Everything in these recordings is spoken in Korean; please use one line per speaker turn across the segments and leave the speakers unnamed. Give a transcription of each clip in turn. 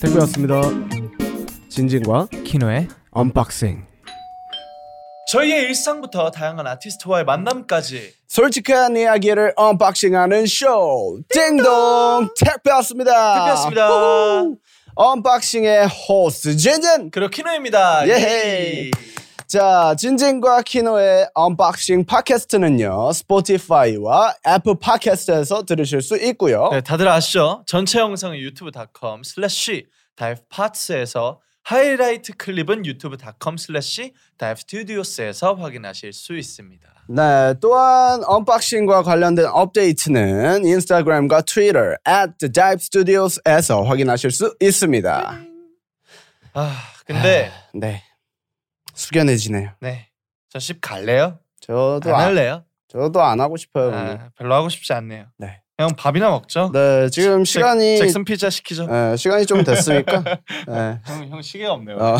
뽀뽀였습니다. 진진과
키노의
언박싱.
저희의 일상부터 다양한 아티스트와의 만남까지
솔직한 이야기를 언박싱하는 쇼 띵동 택배 왔습니다.
택배 왔습니다.
우후. 언박싱의 호스트 진진.
그리고 키노입니다.
예헤이.
예이.
자 진진과 키노의 언박싱 팟캐스트는요 스포티파이와 애플 팟캐스트에서 들으실 수 있고요.
네, 다들 아시죠? 전체 영상은 유튜브.com 슬래시 다이브 파트에서 하이라이트 클립은 유튜브.com 슬래시 다이브 스튜디오스에서 확인하실 수 있습니다.
네, 또한 언박싱과 관련된 업데이트는 인스타그램과 트위터 at the dive studios에서 확인하실 수 있습니다.
아 근데
네, 숙연해지네요.
네, 저집 갈래요?
저도
안
안,
할래요?
저도 안 하고 아. 싶어요. 오늘.
아, 별로 하고 싶지 않네요.
네.
그냥 밥이나 먹죠.
네, 지금
잭-
시간이
잭슨 피자 시키죠.
예, 시간이 좀 됐으니까. 네.
형, 형 시계가 없네요.
어,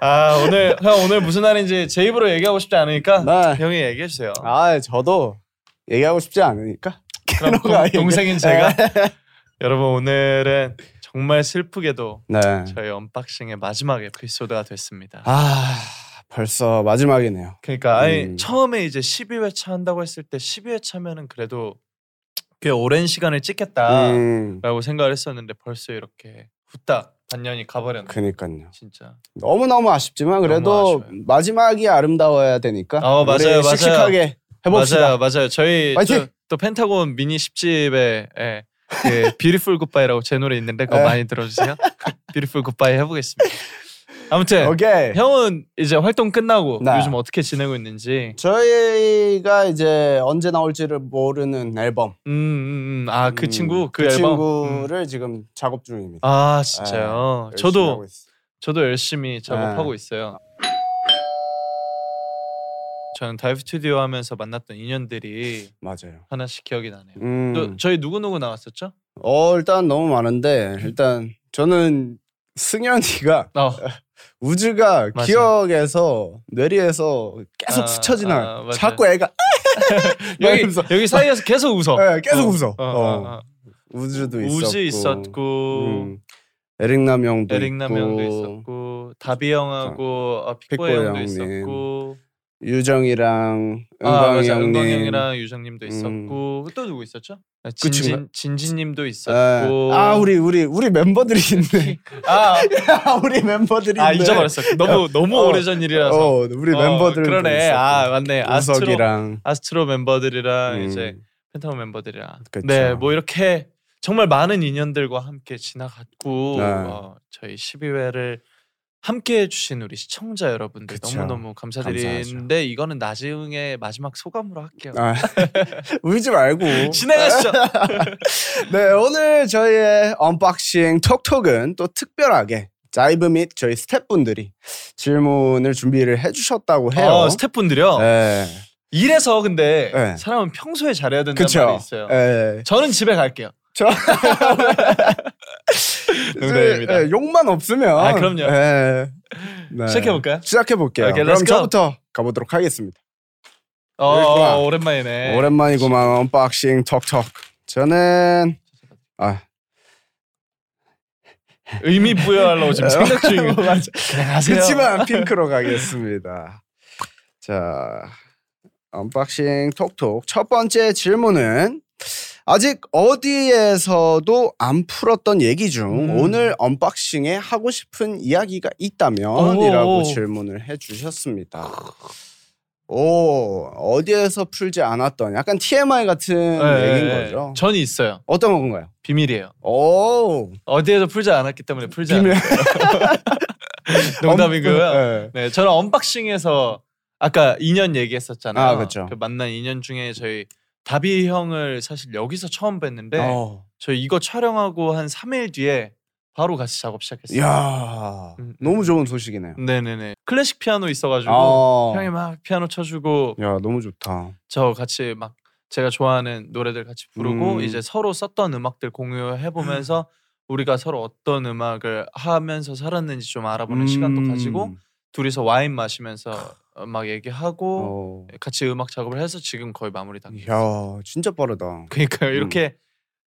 아 오늘 형 오늘 무슨 날인지 제 입으로 얘기하고 싶지 않으니까
네.
형이 얘기해 주세요.
아, 저도 얘기하고 싶지 않으니까.
그럼
그런 거
동, 동생인
아니에요? 네.
제가 여러분 오늘은 정말 슬프게도
네.
저희 언박싱의 마지막 에피소드가 됐습니다.
아, 벌써 마지막이네요.
그러니까 아예
음.
처음에 이제 12회차 한다고 했을 때 12회차면은 그래도 꽤 오랜 시간을 찍겠다라고
음,
생각을 했었는데 벌써 이렇게 후딱 반년이 가버렸네.
그니까요.
진짜.
너무 너무 아쉽지만 그래도
너무 아쉬워요.
마지막이 아름다워야 되니까
어, 맞아요,
우리
맞아요.
씩씩하게 해봅시다.
맞아요, 맞아요. 저희
파이팅!
또, 또 펜타곤 미니 10집에 예, 그 뷰티풀 굿바이라고 제 노래 있는데 그거
예.
많이 들어주세요. 뷰티풀 굿바이 해보겠습니다. 아무튼
오케이.
네. 형은 이제 활동 끝나고
네.
요즘 어떻게 지내고 있는지.
저희가 이제 언제 나올지를 모르는 앨범
음, 음, 음. 아그
음,
친구 그,
그
앨범. 음.
친구를 지금 작업 중입니다.
아 진짜요.
네, 열심히 하고 있어요.
저도
네.
저도 열심히 작업하고 있어요. 저는 다이브 스튜디오 하면서 만났던 인연들이
맞아요.
하나씩 기억이 나네요.
음.
또 저희 누구 누구 나왔었죠?
어 일단 너무 많은데 일단 저는 승현이가
어.
우주가
맞아요.
기억에서 뇌리에서 계속
아,
스쳐 지나.
아,
요
맞아요.
자꾸 애가
여기
웃어.
여기 사이에서 계속 웃어.
예, 계속
어,
웃어.
어,
어,
어, 어.
우주도 있었고.
우지 있었고
음. 에릭남 형도
에릭남 형도
있고,
있었고 다비 형하고 어, 픽보
픽보이
형도
형님.
있었고
유정이랑
아
은광이
맞아
형님
은광 형이랑 유정님도
음. 그
있었고 또 누구 있었죠? 아,
친구야?
진진 진진님도
예.
있었고
아 우리 우리 우리 멤버들이 있네.
아,
아, 우리 멤버들이 있네.
아 잊어버렸어 너무 너무
어,
오래전 일이라서
어, 우리
어,
멤버들
그러네 아 맞네 아스트로
우석이랑
아스트로 멤버들이랑
음,
이제 팬타곤 멤버들이랑
그쵸.
네 뭐 이렇게 정말 많은 인연들과 함께 지나갔고
네.
어, 저희 12회를 함께 해주신 우리 시청자 여러분들
그쵸.
너무너무 감사드리는데 이거는 나중에 마지막 소감으로 할게요
아, 어? 울지 말고.
진행하시죠
네 오늘 저희의 언박싱 톡톡은 또 특별하게 자이브 및 저희 스태프분들이 질문을 준비를 해주셨다고 해요.
어, 스태프분들요
네.
이래서 근데
네.
사람은 평소에 잘해야 된다는 말이
그쵸.
있어요
네.
저는 집에 갈게요 농담입니다.
예, 욕만 없으면.
아, 그럼요.
예. 네.
시작해볼까요?
시작해 볼게요.
오케이,
그럼
let's go.
저부터 가보도록 하겠습니다.
어,
그렇구나.
어, 오랜만이네
오랜만이구만 언박싱 톡톡. 저는 아
의미 부여하려고 지금 생각 중이에요 안녕하세요
어, 그치만 핑크로 가겠습니다. 자 언박싱 톡톡 첫 번째 질문은 아직 어디에서도 안 풀었던 얘기 중
음.
오늘 언박싱에 하고 싶은 이야기가
오.
있다면이라고 질문을 해주셨습니다. 오 어디에서 풀지 않았던 약간 TMI 같은 예, 얘기인
네,
거죠.
전 있어요
어떤 건가요?
비밀이에요
오
어디에도 풀지 않았기 때문에 풀지
비밀.
않았어요. 농담이고요.
네.
네, 저는 언박싱에서 아까 인연 얘기했었잖아요.
아, 그쵸.
그 만난 인연 중에 저희 다비 형을 사실 여기서 처음 뵀는데
어.
저희 이거 촬영하고 한 3일 뒤에 바로 같이 작업 시작했어요.
야
음, 음.
너무 좋은 소식이네요.
네네네. 클래식 피아노 있어가지고
아.
형이 막 피아노 쳐주고
야 너무 좋다.
저 같이 막 제가 좋아하는 노래들 같이 부르고
음.
이제 서로 썼던 음악들 공유해 보면서 우리가 서로 어떤 음악을 하면서 살았는지 좀 알아보는
음,
시간도 가지고 둘이서 와인 마시면서 어, 막 얘기하고
어.
같이 음악 작업을 해서 지금 거의 마무리 단계.
야 진짜 빠르다.
그러니까 이렇게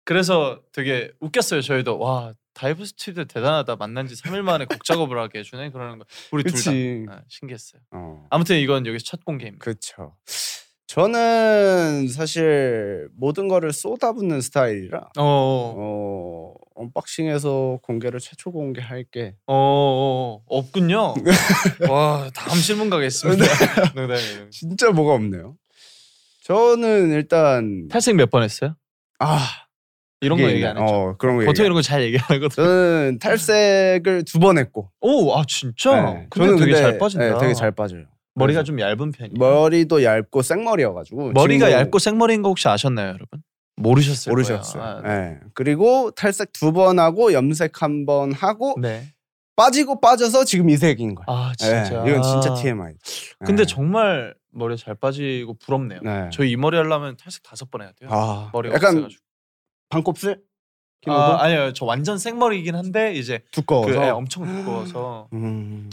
그래서 되게 웃겼어요 저희도 와 다이브 스튜디오 대단하다. 만난 지 3일 만에 곡 작업을 하게 해주네. 그러는 거 우리 둘 다 아,
그치.
신기했어요.
어.
아무튼 이건 여기서 첫 공개입니다.
그렇죠. 저는 사실 모든 거를 쏟아붓는 스타일이라
어,
어, 언박싱에서 공개를 최초 공개할 게
어, 어, 없군요. 와, 다음 질문 가겠습니다. 네, 농담이에요.
진짜 뭐가 없네요. 저는 일단
탈색 몇 번 했어요?
아
이런 거
이게
얘기 안
있네.
했죠.
어, 그런 거
보통
얘기.
이런 거 잘 얘기하거든.
저는 탈색을 두 번 했고.
오, 아 진짜?
네,
근데 되게 잘 빠진다.
네, 되게 잘 빠져요.
머리가
그래서
좀 얇은 편이에요.
머리도 얇고 생머리여가지고
머리가
지금도
얇고 생머리인 거 혹시 아셨나요, 여러분? 모르셨을
모르셨어요.
거예요. 아,
네. 그리고 탈색 두 번 하고 염색 한 번 하고
네.
빠지고 빠져서 지금 이색인 거예요.
아
예,
진짜. 아.
이건 진짜 TMI.
근데 정말 머리 잘 빠지고 부럽네요.
네.
저희 이 머리 하려면 탈색 다섯 번 해야 돼요.
아,
머리가
약간
없어가지고.
반곱슬?
아,
아,
아니요, 저 완전 생머리이긴 한데 이제 그,
두꺼워서.
예, 엄청 두꺼워서
음.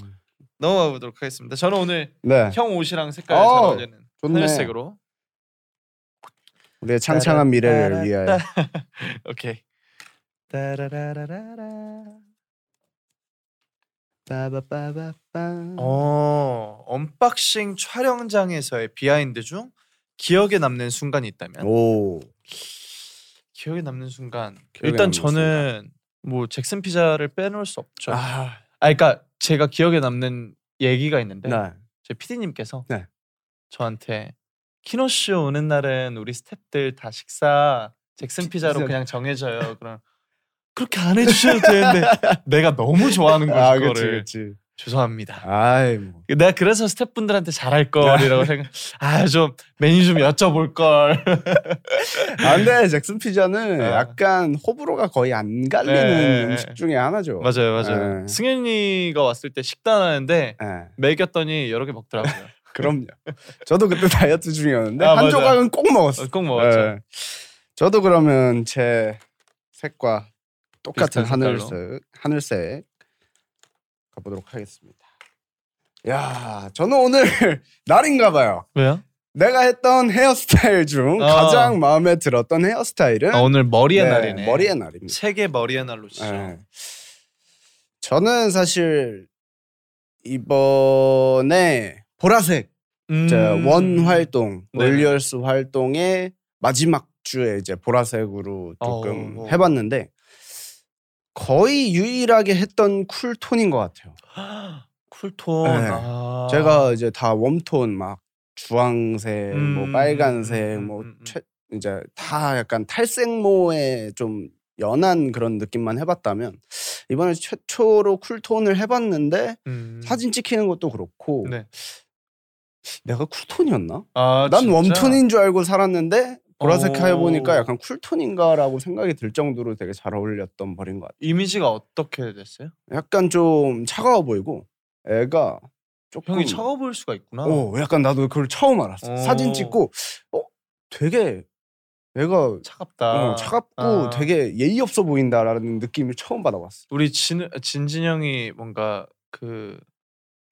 넘어가 보도록 하겠습니다. 저는 오늘
네.
형 옷이랑 색깔
어,
잘 어울리는
좋네.
하늘색으로.
우리의 창창한 미래를
따라,
위하여.
따라. 오케이. 따라라라라라.
빠바바바밤.
어, 언박싱 촬영장에서의 비하인드 중 기억에 남는 순간이 있다면
오.
기억에 남는 순간
기억에 남는
일단 저는 뭐 잭슨 피자를 빼놓을 수 없죠. 아,
아,
그러니까 제가 기억에 남는 얘기가 있는데
네.
제 PD님께서
네.
저한테 키노 쇼 오는 날은 우리 스탭들 다 식사 잭슨 피자로
피자.
그냥 정해져요. 그럼 그렇게 안 해주셔도 되는데 내가 너무 좋아하는 거죠.
아, 그렇지,
그거를
그렇지.
죄송합니다.
아이 뭐.
내가 그래서 스태프분들한테 잘할 걸이라고 생각. 아 좀 메뉴 좀 여쭤볼 걸.
안돼 아, 잭슨 피자는
아.
약간 호불호가 거의 안
네,
갈리는
네, 네.
음식 중에 하나죠.
맞아요, 맞아요.
네.
승현이가 왔을 때 식단하는데
예,
먹였더니 여러 개 먹더라고요.
그럼요. 저도 그때 다이어트 중이었는데
아,
한
맞아.
조각은 꼭 먹었어.
어, 꼭 먹었죠.
예. 저도 그러면 제 색과 똑같은
비슷한 색깔로.
하늘색 하늘색 가보도록 하겠습니다. 야, 저는 오늘 날인가 봐요.
왜요?
내가 했던 헤어스타일 중
어.
가장 마음에 들었던 헤어스타일은
아, 오늘 머리의 네.
네,
날이네.
머리의 날입니다.
세계 머리의 날로 치죠.
예. 저는 사실 이번에 보라색
음.
자, 원 활동
네네.
올리얼스 활동의 마지막 주에 이제 보라색으로 조금
어, 어.
해봤는데 거의 유일하게 했던 쿨 톤인 것 같아요.
쿨톤.
네.
아.
제가 이제 다 웜톤 막 주황색, 뭐
음,
빨간색,
음,
뭐
음, 음.
최, 이제 다 약간 탈색모의 좀 연한 그런 느낌만 해봤다면 이번에 최초로 쿨톤을 해봤는데
음.
사진 찍히는 것도 그렇고
네.
내가 쿨톤이었나?
아,
난
진짜? 어.
웜톤인 줄 알고 살았는데 보라색
오.
해보니까 약간 쿨톤인가라고 생각이 들 정도로 되게 잘 어울렸던 머리인 것 같아요.
이미지가 어떻게 됐어요?
약간 좀 차가워 보이고 애가 조금
형이 차가워 보일 수가 있구나.
오, 약간 나도 그걸 처음 알았어.
어. 오.
사진 찍고 어 되게 애가
차갑다.
어, 차갑고
아.
되게 예의 없어 보인다라는 느낌을 처음 받아봤어.
우리 진 진진 형이 뭔가 그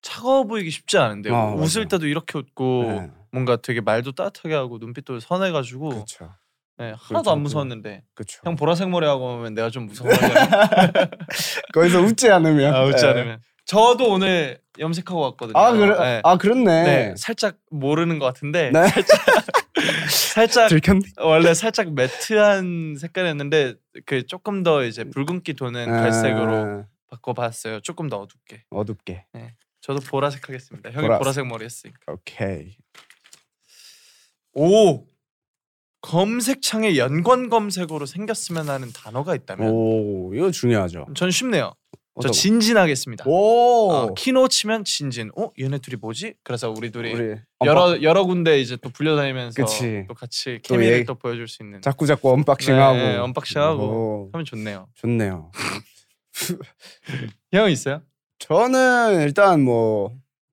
차가워 보이기 쉽지 않은데
아,
웃을
맞아요.
때도 이렇게 웃고
네,
뭔가 되게 말도 따뜻하게 하고 눈빛도 선해가지고
그렇죠,
네, 하나도
그렇죠,
안
그렇죠.
무서웠는데
그렇죠.
형 보라색 머리하고 오면 내가 좀 무서워하잖아
거기서 웃지 않으면
아, 웃지
예.
않으면 저도 오늘 염색하고 왔거든요
아 그래
네.
아 그렇네.
네, 살짝 모르는 것 같은데
네.
살짝
들켰네.
원래 살짝 매트한 색깔이었는데 그 조금 더 이제 붉은기 도는 네, 갈색으로
아,
바꿔봤어요 조금 더 어둡게
어둡게.
저도 보라색 하겠습니다. 형이
보라색.
보라색, 머리 했으니까.
오케이.
오 검색창에 연관 검색어로 생겼으면 하는 단어가 있다면
오 이거 중요하죠.
전 쉽네요. 저
어떤 거?
진진하겠습니다.
오
아, 키노 치면 진진. 어 얘네 둘이 뭐지? 그래서 우리 둘이
우리
여러 여러 군데 이제 또 불려다니면서
그치.
또 같이
또
케미를
얘-
또 보여줄 수 있는
자꾸 자꾸 언박싱하고
네, 언박싱하고.
오,
하면 좋네요.
좋네요.
형 있어요?
저는 일단 뭐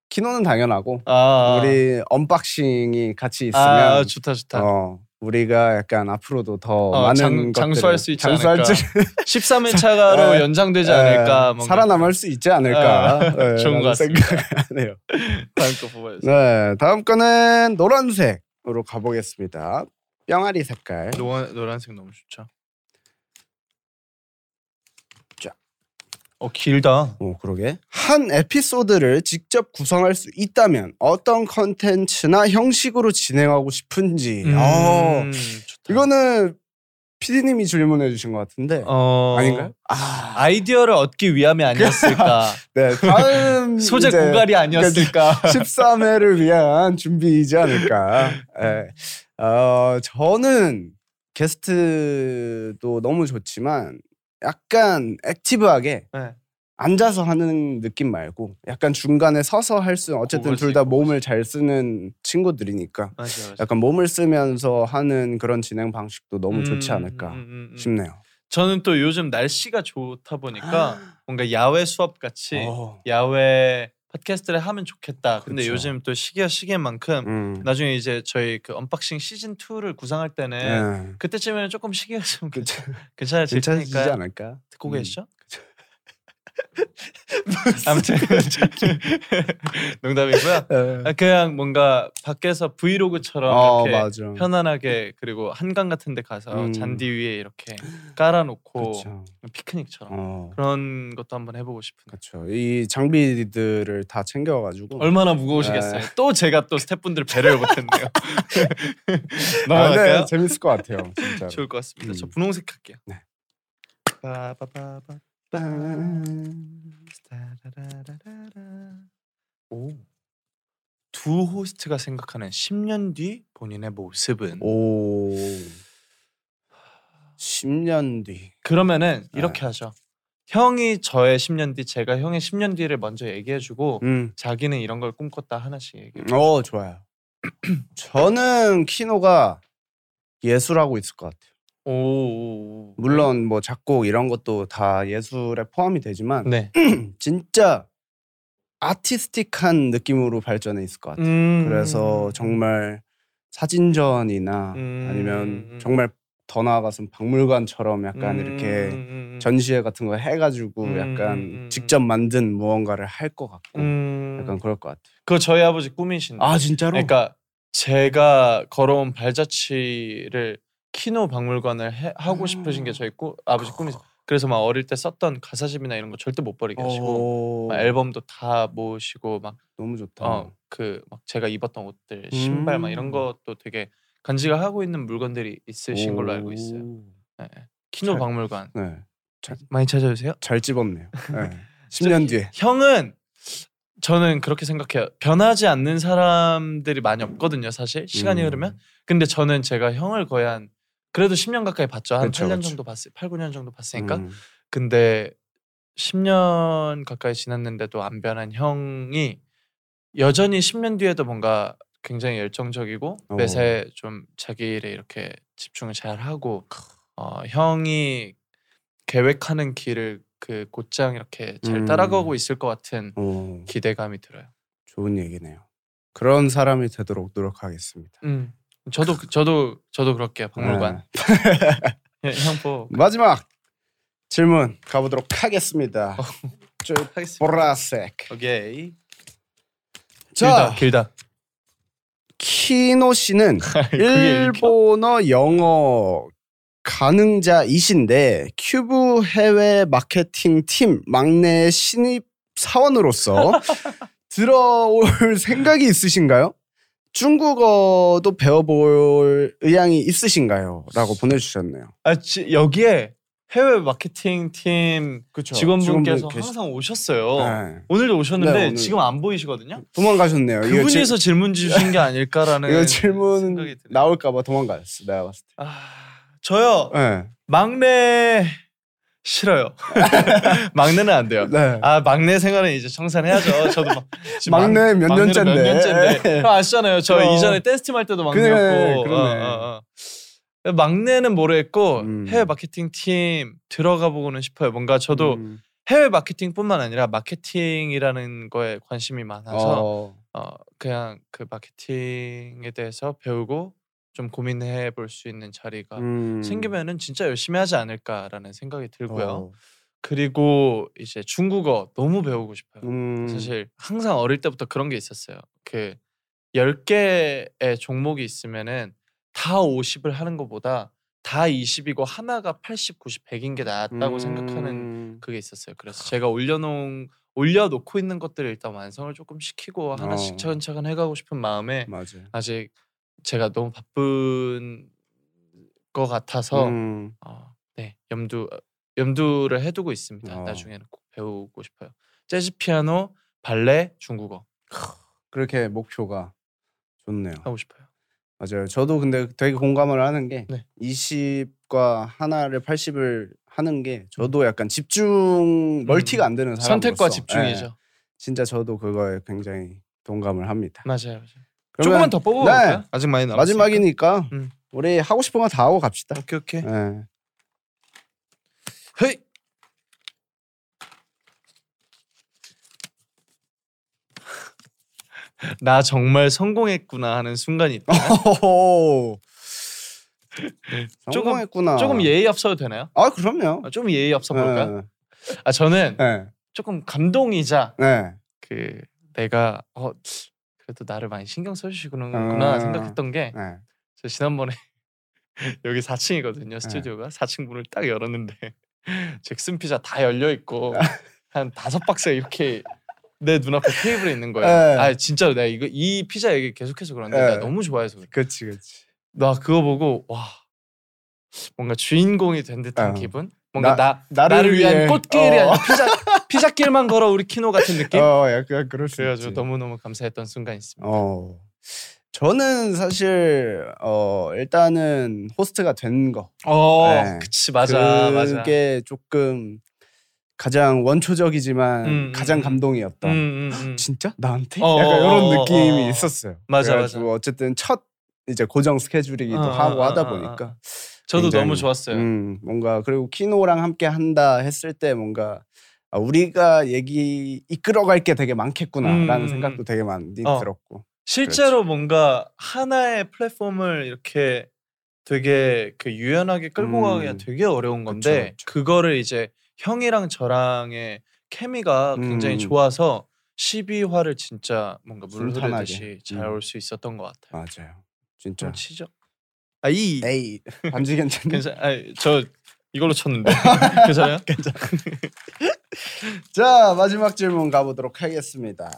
키노는 당연하고
아
우리 언박싱이 같이 있으면
아 좋다 좋다.
어, 우리가 약간 앞으로도 더
어,
많은
장-
것들을
장수할 수 있지
장수할
않을까.
줄-
13회 차가로
에,
연장되지 않을까.
에,
뭔가
예. 살아남을 수 있지 않을까 예, 라는
좋은 것 같습니다.
생각하네요.
다음 거 뽑아요.
네 다음 거는 노란색으로 가보겠습니다. 뿅아리 색깔
노란 노란색 너무 좋죠.
쫙
어 길다.
오, 그러게. 한 에피소드를 직접 구성할 수 있다면 어떤 컨텐츠나 형식으로 진행하고 싶은지. 어,
음, 좋다.
이거는 피디님이 질문해 주신 것 같은데.
어,
아닌가요?
아, 이디어를 얻기 위함이 아니었을까?
네, 다음
소재
이제
공갈이 아니었을까?
13회를 위한 준비이지 않을까. 예. 어, 저는 게스트도 너무 좋지만 약간 액티브하게
네.
앉아서 하는 느낌 말고 약간 중간에 서서 할 수 어쨌든
고글
둘 다
쓰고
몸을 잘 쓰는 친구들이니까
맞아, 맞아.
약간 몸을 쓰면서 하는 그런 진행 방식도 너무
음,
좋지 않을까
음, 음, 음.
싶네요.
저는 또 요즘 날씨가 좋다 보니까 뭔가 야외 수업 같이
아. 어,
야외 팟캐스트를 하면 좋겠다. 근데
그쵸.
요즘 또 시기가 시기만큼
음.
나중에 이제 저희 그 언박싱 시즌 2를 구상할 때는
예.
그때쯤에는 조금 시기가 좀
그쵸.
괜찮아질
괜찮지
테니까
않을까?
듣고
음.
계시죠? 아무튼 농담이고요.
예.
아, 그냥 뭔가 밖에서 브이로그처럼
어,
이렇게
맞아.
편안하게 그리고 한강 같은 데 가서
음.
잔디 위에 이렇게 깔아놓고
그쵸.
피크닉처럼
그렇죠. 어.
그런 것도 한번 해보고 싶은데
그렇죠. 이 장비들을 다 챙겨가지고.
어. 얼마나 무거우시겠어요.
네.
또 제가 또 스태프분들 배려를 못했네요.
아,
넘어갈까요?
네, 재밌을 것 같아요. 진짜.
좋을 것 같습니다. 저
음.
분홍색 할게요.
네.
빠바바바
음.
따라라라라라. 오. 두 호스트가 생각하는 10년 뒤 본인의 모습은
오. 10년 뒤.
그러면은
네.
이렇게 하죠. 형이 저의 10년 뒤, 제가 형의 10년 뒤를 먼저 얘기해주고
음.
자기는 이런 걸 꿈꿨다 하나씩 얘기해.
어 좋아요. 저는 키노가 예술하고 있을 것 같아요.
오, 오, 오.
물론 뭐 작곡 이런 것도 다 예술에 포함이 되지만
네.
진짜 아티스틱한 느낌으로 발전해 있을 것 같아요.
음.
그래서 정말 사진전이나
음.
아니면 정말 더 나아가서 박물관처럼 약간
음,
이렇게
음, 음.
전시회 같은 거 해가지고
음, 음,
약간
음.
직접 만든 무언가를 할 것 같고
음.
약간 그럴 것 같아요.
그거 저희 아버지 꿈이신데.
아 진짜로?
그러니까 제가 걸어온 발자취를 키노 박물관을 해- 하고 싶으신 게 저희 꿈 아버지 꿈이세요. 그래서 막 어릴 때 썼던 가사집이나 이런 거 절대 못 버리게 하시고
오,
막 아, 앨범도 다 모으시고 막
어, 너무 좋다.
어 그 막 제가 입었던 옷들 신발 막 이런
음.
것도 되게 간지가 하고 있는 물건들이 있으신 걸로 알고 있어요. 예, 예. 키노
잘-
박물관
네,
많이 찾아주세요.
잘 집었네요. 네. 10년 뒤에.
형은 저는 그렇게 생각해요. 변하지 않는 사람들이 많이 없거든요, 사실 시간이
음.
흐르면. 근데 저는 제가 형을 거의 한 그래도 10년 가까이 봤죠. 한
그쵸,
8년
그쵸.
정도 봤을 8, 9년 정도 봤으니까.
음.
근데 10년 가까이 지났는데도 안 변한 형이 여전히 10년 뒤에도 뭔가 굉장히 열정적이고
어.
매사에 좀 자기 일에 이렇게 집중을 잘 하고 어, 형이 계획하는 길을 그 곧장 이렇게 잘
음.
따라가고 있을 것 같은
오,
기대감이 들어요.
어, 좋은 얘기네요. 그런 사람이 되도록 노력하겠습니다.
음. 저도 저도 저도 그럴게요. 박물관.
네.
예, 형 보.
마지막 질문 가보도록 하겠습니다.
아,
저
하겠습니다.
보라색.
아, 오케이.
자,
길다 길다.
키노 씨는
그게 읽혀?
일본어 영어 가능자이신데 큐브 해외 마케팅 팀 막내 신입 사원으로서 들어올 생각이 있으신가요? 중국어도 배워볼 의향이 있으신가요? 라고 보내주셨네요.
아 지, 여기에 해외 마케팅 팀
그쵸.
직원분께서
계시-
항상 오셨어요.
네.
오늘도 오셨는데
네, 오늘.
지금 안 보이시거든요.
도망가셨네요. 이거
그분이서 질문 주신 게 아닐까라는
이거 질문
네. 생각이 드네요.
나올까봐 도망갔어. 내가 봤을 때.
아, 저요
네.
막내 싫어요. 막내는 안 돼요.
네.
아 막내 생활은 이제 청산해야죠. 저도 막 지금
막내 몇
막내는
년째인데. 예. 네.
몇 년째인데. 형 아시잖아요. 저
그럼.
이전에 댄스 팀 할 때도
그래,
막내였고.
그러네.
어. 막내는 모르겠고
음.
해외 마케팅 팀 들어가 보고는 싶어요. 뭔가 저도
음.
해외 마케팅뿐만 아니라 마케팅이라는 거에 관심이 많아서
어.
어. 그냥 그 마케팅에 대해서 배우고 좀 고민해 볼 수 있는 자리가
음.
생기면은 진짜 열심히 하지 않을까라는 생각이 들고요.
어.
그리고 이제 중국어 너무 배우고 싶어요.
음.
사실 항상 어릴 때부터 그런 게 있었어요. 그 10개의 종목이 있으면은 다 50을 하는 것보다 다 다 20이고 하나가 80, 90, 100인 게
음.
낫다고 생각하는 그게 있었어요.
아.
그래서 제가 올려놓은 올려놓고 있는 것들을 일단 완성을 조금 시키고 하나씩
어.
차근차근 해가고 싶은 마음에
맞아요.
아직 제가 너무 바쁜 것 같아서
음,
어, 네 염두 염두를 해두고 있습니다.
어.
나중에는 꼭 배우고 싶어요. 재즈 피아노, 발레, 중국어
그렇게 목표가 좋네요.
하고 싶어요.
맞아요. 저도 근데 되게 공감을 하는 게
네.
20과 하나를 80을 하는 게 저도 약간 집중 멀티가 안 되는 사람으로서
음. 선택과
예,
집중이죠.
진짜 저도 그거에 굉장히 동감을 합니다.
맞아요. 맞아요.
그러면
네. 조금만 더 뽑아볼까요?
네.
아직 많이 남았어요.
마지막이니까
음. 네.
우리 하고 싶은 거 다 하고 갑시다.
오케이 오케이.
예.
헤이. 나 정말 성공했구나 하는 순간이 있다.
호호호.
조금-
성공했구나.
조금 예의 앞서도 되나요?
아 그럼요.
아, 좀 예의 앞서 볼까? 요
예,
아 저는
예.
조금 감동이자
네.
그 내가 어 그래도 나를 많이 신경 써주시는구나
아.
생각했던 게
네.
저 지난번에 여기 4층이거든요 스튜디오가 4층 문을 딱 열었는데 잭슨 피자 다 열려
아.
있고 한 다섯 박스 이렇게 내 눈앞에 테이블에 있는 거예요.
네.
아 진짜로 내가 이거 이 피자 얘기 계속해서 그런데
네.
내가 너무 좋아해서 그래.
그렇지 그렇지.
나 그거 보고 와 뭔가 주인공이 된 듯한
어.
기분. 뭔가 나, 나
나를
를 위한
위해.
꽃길이
어.
아니라 피자 피자길만 걸어 우리 키노 같은 느낌.
어 약간 그럴 수
그래가지고
있지.
너무 너무 감사했던 순간이 있습니다.
어. 저는 사실 어 일단은 호스트가 된 거.
어,
네.
그치 맞아 맞아.
그게 조금 가장 원초적이지만
음, 음,
가장
음.
감동이었던.
음, 음, 음.
진짜 나한테
어,
약간
어,
이런
어, 어,
느낌이
어.
있었어요.
맞아,
그래가지고 어쨌든 첫 이제 고정 스케줄이기도
어,
하고
어, 어,
하다
어,
보니까
저도
굉장히-
너무 좋았어요.
음, 뭔가 그리고 키노랑 함께 한다 했을 때 뭔가 아, 우리가 얘기 이끌어갈 게 되게 많겠구나라는
음.
생각도 되게 많이
어.
들었고
실제로 뭔가 하나의 플랫폼을 이렇게 되게 그 유연하게 끌고
음.
가기가 되게 어려운 건데
그쵸,
그거를 이제 형이랑 저랑의 케미가 굉장히
음.
좋아서 12화를 진짜 뭔가 물
순탄하게.
흐르듯이 잘
음.
올 수 있었던 것 같아요.
맞아요 진짜
좀 치죠. 아이
에이 반지 괜찮네
괜찮. 아니, 저 이걸로 쳤는데 괜찮아요?
자 마지막 질문 가보도록 하겠습니다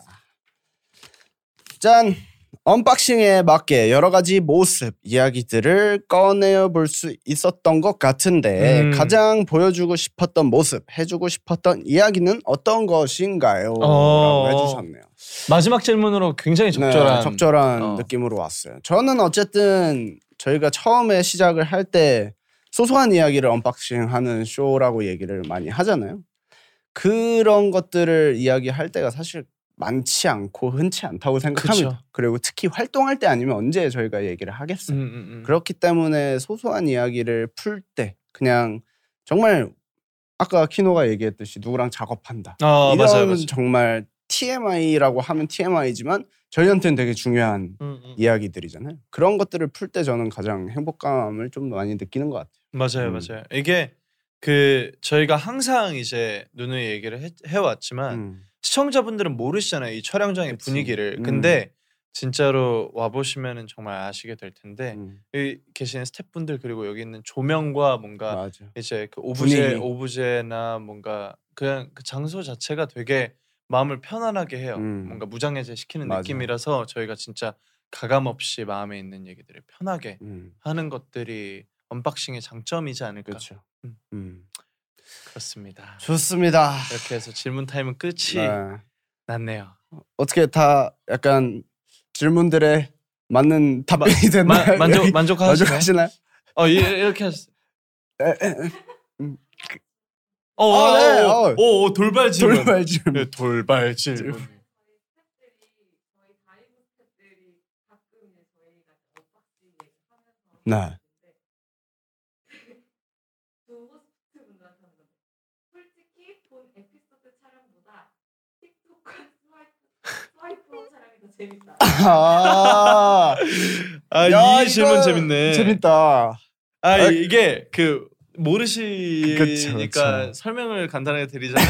짠 언박싱에 맞게 여러 가지 모습 이야기들을 꺼내어 볼 수 있었던 것 같은데
음.
가장 보여주고 싶었던 모습 해주고 싶었던 이야기는 어떤 것인가요?
어.
라고 해주셨네요
마지막 질문으로 굉장히
네,
적절한.
적절한
어.
느낌으로 왔어요. 저는 어쨌든 저희가 처음에 시작을 할 때 소소한 이야기를 언박싱하는 쇼라고 얘기를 많이 하잖아요. 그런 것들을 이야기할 때가 사실 많지 않고 흔치 않다고 생각합니다.
그쵸.
그리고 특히 활동할 때 아니면 언제 저희가 얘기를 하겠어요.
음, 음, 음.
그렇기 때문에 소소한 이야기를 풀 때 그냥 정말 아까 키노가 얘기했듯이 누구랑 작업한다.
아
이런
맞아요 맞아요.
정말 TMI라고 하면 TMI지만 저희한테는 되게 중요한
음, 음.
이야기들이잖아요. 그런 것들을 풀 때 저는 가장 행복감을 좀 많이 느끼는 것 같아요.
맞아요,
음.
맞아요. 이게 그 저희가 항상 이제 누누이 얘기를 해, 해왔지만
음.
시청자분들은 모르시잖아요 이 촬영장의
그치.
분위기를.
음.
근데 진짜로 와 보시면은 정말 아시게 될 텐데
음,
여기 계시는 스태프분들 그리고 여기 있는 조명과 뭔가
맞아.
이제 그 오브제
분위기.
오브제나 뭔가 그냥 그 장소 자체가 되게 마음을 편안하게 해요.
음.
뭔가 무장해제 시키는
맞아.
느낌이라서 저희가 진짜 가감 없이 마음에 있는 얘기들을 편하게
음,
하는 것들이 언박싱의 장점이지 않을까
그렇죠.
음.
음.
그렇습니다.
좋습니다.
이렇게 해서 질문 타임은 끝이
네.
났네요.
어떻게 다 약간 질문들에 맞는 답변이
마,
됐나요?
만족 만족하시나요?
네. 만족하시나요?
어 이, 이렇게 하시.
에, 에, 에.
어,
아, 네,
오,
어.
오, 오, 돌발 질문.
돌발 질문.
네, 돌발 질문.
네.
두 호스트분들한테 하는 건데 솔직히 본 에피소드 촬영보다 틱톡과 스와이프 스와이프 촬영이 더 재밌다.
아,
아,
야,
이 질문
이거
재밌네.
재밌다.
아,
아,
이게 그
그쵸,
모르시니까
그쵸.
설명을 간단하게 드리자면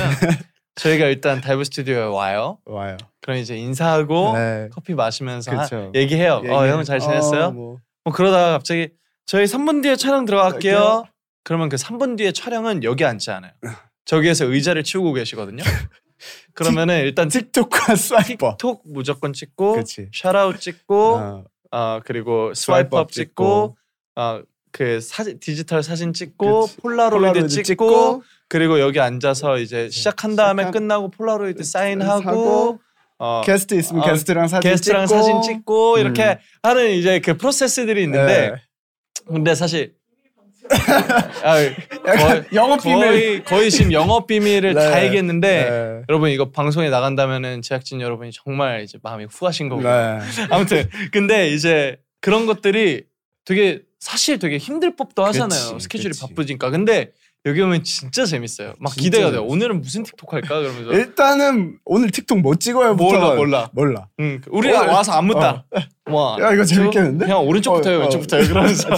저희가 일단 다이브 스튜디오에 와요.
와요.
그럼 이제 인사하고
네.
커피 마시면서 하-
그쵸.
얘기해요. 어,
얘기해.
형 잘 지냈어요?
뭐.
뭐 그러다가 갑자기 저희 3분 뒤에 촬영 들어갈게요.
갈게요.
그러면 그 3분 뒤에 촬영은 여기 앉지 않아요. 저기에서 의자를 치우고 계시거든요. 그러면은 일단
틱톡과 스와이퍼.
틱톡 무조건 찍고
그치.
샤라웃 찍고 아
어,
그리고
스와이프
스와이프업
업
찍고 아그 사진 디지털 사진 찍고
그치.
폴라로이드 찍고, 그리고 여기 앉아서 이제
그치.
시작한 다음에
시작한- 그
끝나고 폴라로이드 사인하고
사인하고,
어,
게스트 있으면
어,
게스트랑 사진
게스트랑
찍고. 음.
사진 찍고 이렇게 하는 이제 그 프로세스들이 있는데
네.
근데 사실 아, 거의,
약간 네. 영업 비밀.
거의 거의 지금 영업 비밀을
네.
다 얘기했는데
네.
여러분 이거 방송에 나간다면은 제작진 여러분이 정말 이제 마음이 후하신 거고 요
네.
아무튼 근데 이제 그런 것들이 되게 사실 되게 힘들 법도 하잖아요
그치,
스케줄이
그치.
바쁘니까 근데 여기 오면 진짜 재밌어요 막
진짜
기대가 돼요
재밌어.
오늘은 무슨 틱톡 할까 그러면서
일단은 오늘 틱톡 못 찍어요.
몰라 몰라
몰라.
응, 그 우리가
오늘-
와서 안 묻다 와,
어. 야 이거
저-
재밌겠는데?
그냥 오른쪽부터 해요
어, 어.
왼쪽부터 해요 그러면서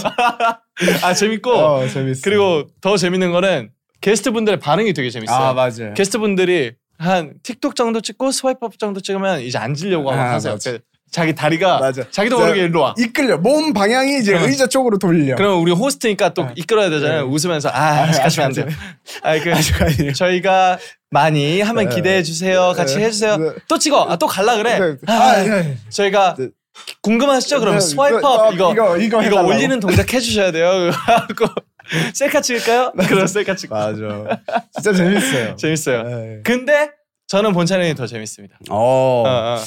아 재밌고
어 재밌어.
그리고 더 재밌는 거는 게스트 분들의 반응이 되게 재밌어요
아 맞아요.
게스트 분들이 한 틱톡 정도 찍고 스와이프업 정도 찍으면 이제 앉으려고 하고
아,
하세요.
맞아.
그 자기 다리가
맞아.
자기도
자,
모르게 일로 와.
이끌려 몸 방향이 이제
그러면-
의자 쪽으로 돌려.
그러면 우리 호스트니까 또
아.
이끌어야 되잖아요.
네.
웃으면서 아 아직 하시면 안 돼요. 아, 그
아직 아니에요.
저희가 많이 하면
네.
기대해 주세요. 같이
네.
해주세요.
네.
또 찍어. 아, 또 갈라 그래.
네.
아,
아, 예.
저희가
네.
궁금하시죠? 그럼
네,
스와이프업
이거
이거
이거 이거,
이거
해달라고.
올리는 동작 해주셔야 돼요. 하고 셀카 찍을까요? 그럼 셀카 찍고
네. 맞아. 진짜 재밌어요.
재밌어요.
예.
근데 저는 본 촬영이 더 재밌습니다.
어.
어, 어.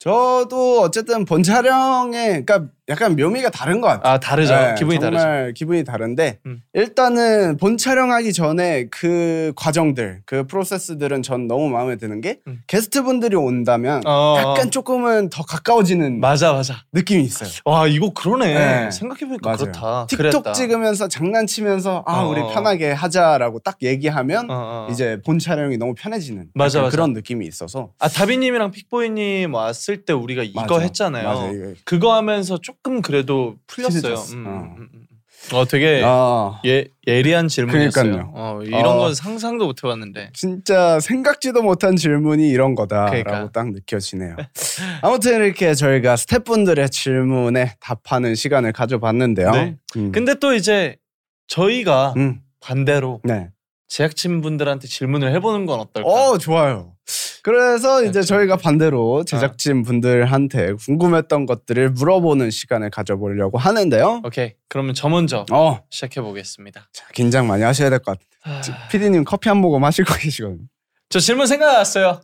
저도 어쨌든 본 촬영에 그러니까 약간 묘미가 다른 것 같아요.
아 다르죠.
네,
기분이 다르죠.
정말 기분이 다른데
음.
일단은 본 촬영하기 전에 그 과정들, 그 프로세스들은 전 너무 마음에 드는 게
음.
게스트 분들이 온다면
어,
약간 조금은 더 가까워지는
맞아 맞아.
느낌이 있어요.
와 이거 그러네.
네.
생각해보니까
맞아요.
그렇다.
틱톡
그랬다.
찍으면서 장난치면서 아
어,
우리
어.
편하게 하자라고 딱 얘기하면
어, 어.
이제 본 촬영이 너무 편해지는
맞아,
약간
맞아.
그런 느낌이 있어서
아 다비님이랑 픽보이님 왔을 때 우리가 이거
맞아.
했잖아요. 예.
맞아, 이거.
그거 하면서 조금 그래도 풀렸어요.
친해졌어.
음,
어.
음, 음, 음. 어 되게
아,
예 예리한 질문이었어요.
그러니까요.
어, 이런
어.
건 상상도 못 해봤는데.
진짜 생각지도 못한 질문이 이런 거다라고
그러니까.
딱 느껴지네요. 아무튼 이렇게 저희가 스태프분들의 질문에 답하는 시간을 가져봤는데요.
네.
음.
근데 또 이제 저희가
음,
반대로
네.
제작진 분들한테 질문을 해보는 건 어떨까?
어 좋아요. 그래서 이제
제작진.
저희가 반대로
아.
제작진 분들한테 궁금했던 것들을 물어보는 시간을 가져보려고 하는데요.
오케이. 그러면 저 먼저
어,
시작해 보겠습니다.
자, 긴장 많이 하셔야 될 것 같아요. 피디님 커피 한 모금 하시고 계시거든요.
저 질문 생각났어요.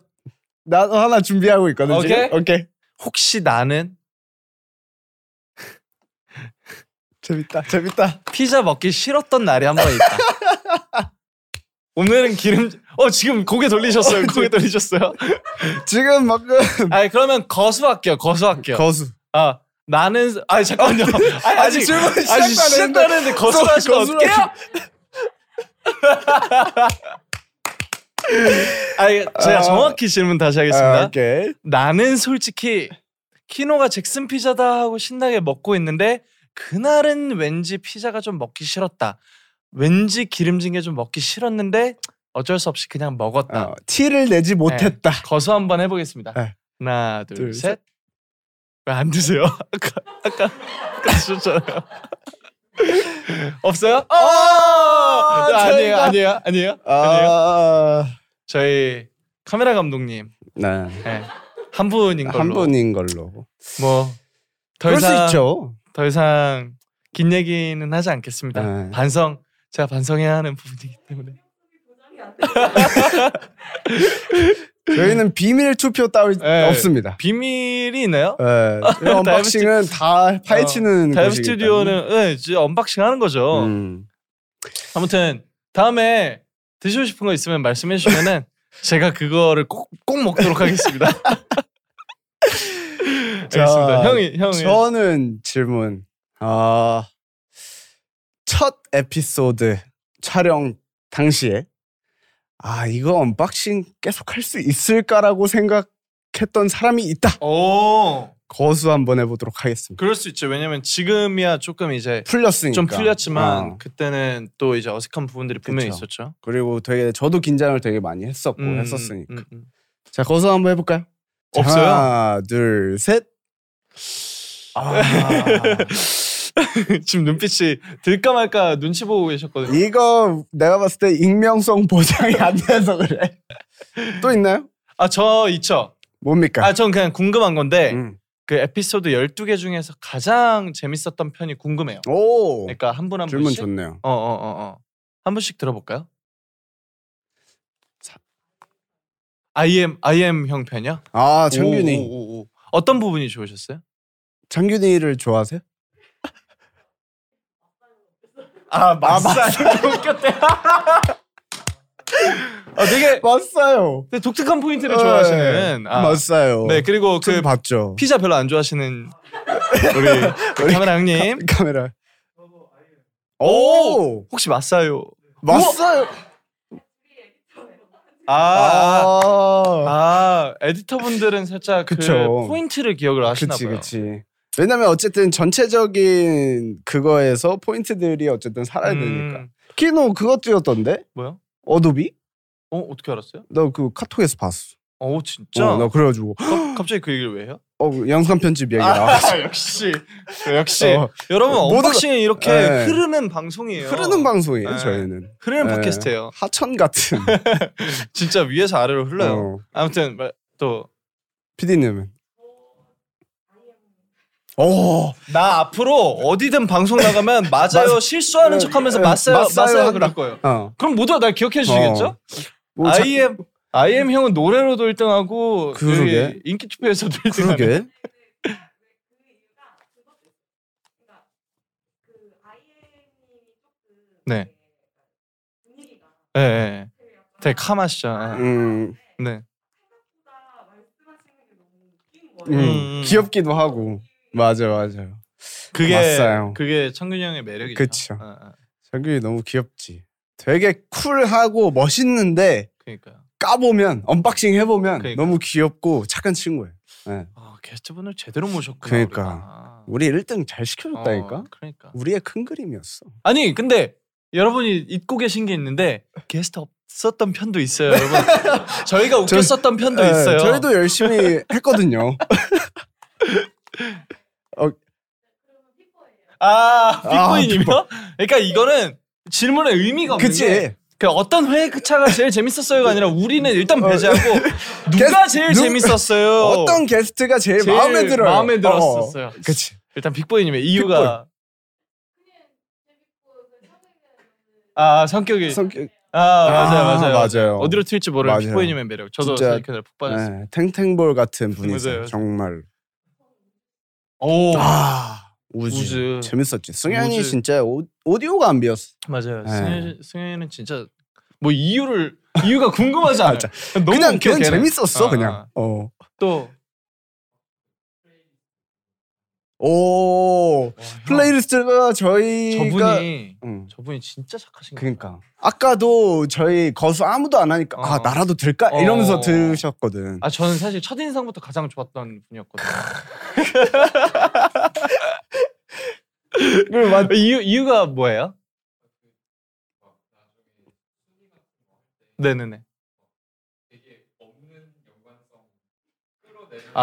나도 하나 준비하고 있거든요. 지금.
오케이.
오케이.
혹시 나는
재밌다. 재밌다.
피자 먹기 싫었던 날이 한 번 있다. 오늘은 기름 어 지금 고개 돌리셨어요. 고개 돌리셨어요.
지금 막그
아 그러면 거수할게요. 거수할게요.
거수.
아 나는 아 잠깐만요. 아니, 아직
아직 질문
아직
시작도 안
시작도 안 했는데 거수하시면
거수를
어떡해요? 아니 제가
아.
정확히 질문 다시 하겠습니다.
아, 오케이.
나는 솔직히 키노가 잭슨 피자다 하고 신나게 먹고 있는데 그날은 왠지 피자가 좀 먹기 싫었다. 왠지 기름진 게 좀 먹기 싫었는데 어쩔 수 없이 그냥 먹었다.
어, 티를 내지 못했다.
거수 한번 해보겠습니다.
네.
하나
둘,
둘셋 왜 안 드세요? 아까 아까 아까 드셨잖아요. 없어요? 어!
아, 저희가-
아니에요 아니에요 아니에요 아니에요.
아,
저희 카메라 감독님
네.
네. 한 분인 걸로
한 분인 걸로.
뭐더
그럴 수
이상
있죠.
더 이상 긴 얘기는 하지 않겠습니다.
네.
반성 제가 반성해야 하는 부분이기 때문에
보장이 안 돼.
저희는 비밀 투표 따위
네.
없습니다.
비밀이 있나요?
네. 이 언박싱은 다 파헤치는
어, 다이브
것이기
스튜디오는 어. 네, 이제 언박싱 하는 거죠.
때문에. 음.
아무튼 다음에 드시고 싶은 거 있으면 말씀해 주시면은 제가 그거를 꼭, 꼭 먹도록 하겠습니다. 알겠습니다.
자,
형이 형이
저는 질문. 아, 첫 에피소드 촬영 당시에 아 이거 언박싱 계속 할 수 있을까라고 생각했던 사람이 있다.
오
거수 한번 해보도록 하겠습니다.
그럴 수 있죠. 왜냐면 지금이야 조금 이제
풀렸으니까.
좀 풀렸지만
어.
그때는 또 이제 어색한 부분들이 분명히
그쵸.
있었죠.
그리고 되게 저도 긴장을 되게 많이 뭐 했었고
음,
했었으니까.
음, 음.
자 거수 한번 해볼까요? 자,
없어요?
하나 둘 셋. 아,
음. 지금 눈빛이 들까 말까 눈치 보고 계셨거든요.
이거 내가 봤을 때 익명성 보장이 안 돼서 그래. 또 있나요?
아 저 있죠.
뭡니까?
아전 그냥 궁금한 건데
네. 음.
그 에피소드 12개 중에서 가장 재밌었던 편이 궁금해요.
오
그러니까 한 분 한
어. 질문
분씩.
좋네요.
어 어 어 어. 한 분씩 들어볼까요?
사-
IM IM 형 편이요?
아 장균이
오, 오, 오, 오. 어떤 부분이 좋으셨어요?
장균이를 좋아하세요?
아
맞아요.
웃겼대. 아 되게
맞아요. 네.
되게 독특한 포인트를 좋아하시는. 아.
맞아요.
네 그리고 그
그 봤죠.
피자 별로 안 좋아하시는 우리,
우리
카메라 형님
카, 메라
오!
오,
혹시 맞사요?
맞아요.
우리 애기처럼
아, 아,
아,
에디터분들은 살짝 그
그쵸. 아,
포인트를 기억을 하시나
그치
봐요.
그치. 왜냐면 어쨌든 전체적인 그거에서 포인트들이 어쨌든 살아야 되니까.
음,
키노 그거 뛰었던데?
뭐야?
어도비?
어 어떻게 알았어요?
나 그 카톡에서 봤어.
어 진짜?
어, 나 그래가지고
가- 갑자기 그 얘기를 왜 해요?
어 영상 편집 얘기
아,
나왔어.
역시 역시
아, 어,
여러분
모든 거-
언박싱이 이렇게
네.
흐르는 방송이에요.
흐르는 방송이에요
네.
저희는.
흐르는
네.
팟캐스트예요.
하천 같은.
진짜 위에서 아래로 흘러요.
어,
아무튼 마- 또
PD님은. 오.
나 앞으로 어디든 방송 나가면 맞아요 실수하는
네,
척하면서
네,
맞아요
맞아요
맞아요
한다.
그럴 거예요.
어.
그럼 모두가 날 기억해 주시겠죠?
뭐 자-
IM IM 형은 노래로도 1등하고
그러게.
저기 인기 투표에서도 1등하고
그러게.
그 이유가 그것도 있어요. 그러니까 그 아이엠이 조금
네.
이렇게 분위기가
예, 예.
되게 약간
되게 카마시죠. 예.
음,
네.
생각보다 말씀하시는 게 너무 웃긴
음,
거예요.
음.
귀엽기도 하고. 맞아 맞아.
그게
맞아요.
그게 창균이 형의 매력이죠.
그쵸.
어, 어.
장균이 너무 귀엽지. 되게 쿨하고 멋있는데
그러니까요.
까보면 언박싱 해보면
그러니까.
너무 귀엽고 착한 친구예요.
아, 게스트분을 제대로 모셨구나.
그러니까.
우리가. 아,
우리 1등 잘
어,
시켜줬다니까.
그러니까.
우리의 큰 그림이었어.
아니 근데 여러분이 잊고 계신 게 있는데 게스트 없었던 편도 있어요, 여러분. 저희가 웃겼었던 편도
네,
있어요.
저희도 열심히 했거든요.
그러면 피퍼예요.
아 빅보이님이요?
빅보이.
그러니까 이거는 질문의 의미가 없는 게
그치? 예,
그 어떤 회차가 제일
네.
재밌었어요가 아니라 우리는 일단 배제하고 누가 제일
누-
재밌었어요?
어떤 게스트가 제일,
제일
마음에 들어요?
마음에 들었었어요.
어, 그치.
일단 빅보이님의 이유가
그냥 재밌고 그 성격이
아 성격이
성격-
아 맞아요
아,
맞아요
맞아요.
어디로 튈지 모르는
맞아요.
빅보이님의 매력 저도
진짜-
사이클을 푹 빠졌어요.
네, 탱탱볼 같은
맞아요.
분이세요. 정말.
오
아 우즈.
우즈.
재밌었지. 승현이
우즈.
진짜 오, 오디오가 안 비었어.
맞아요.
네.
승현 승현이는 진짜 뭐 이유를 이유가 궁금하지 않아요.
맞아.
너무
그냥
웃겨,
그냥
걔는.
재밌었어
아,
그냥.
아.
어.
또
오
와, 형,
플레이리스트가 저희가.
저분이
응.
저분이 진짜 착하신 거
그러니까 아까도 저희 거수 아무도 안 하니까
어.
아 나라도 들까
어.
이러면서 들으셨거든.
아 저는 사실 첫 인상부터 가장 좋았던 분이었거든요.
그리고 맞-
이유 이유가 뭐예요? 네네네. 아,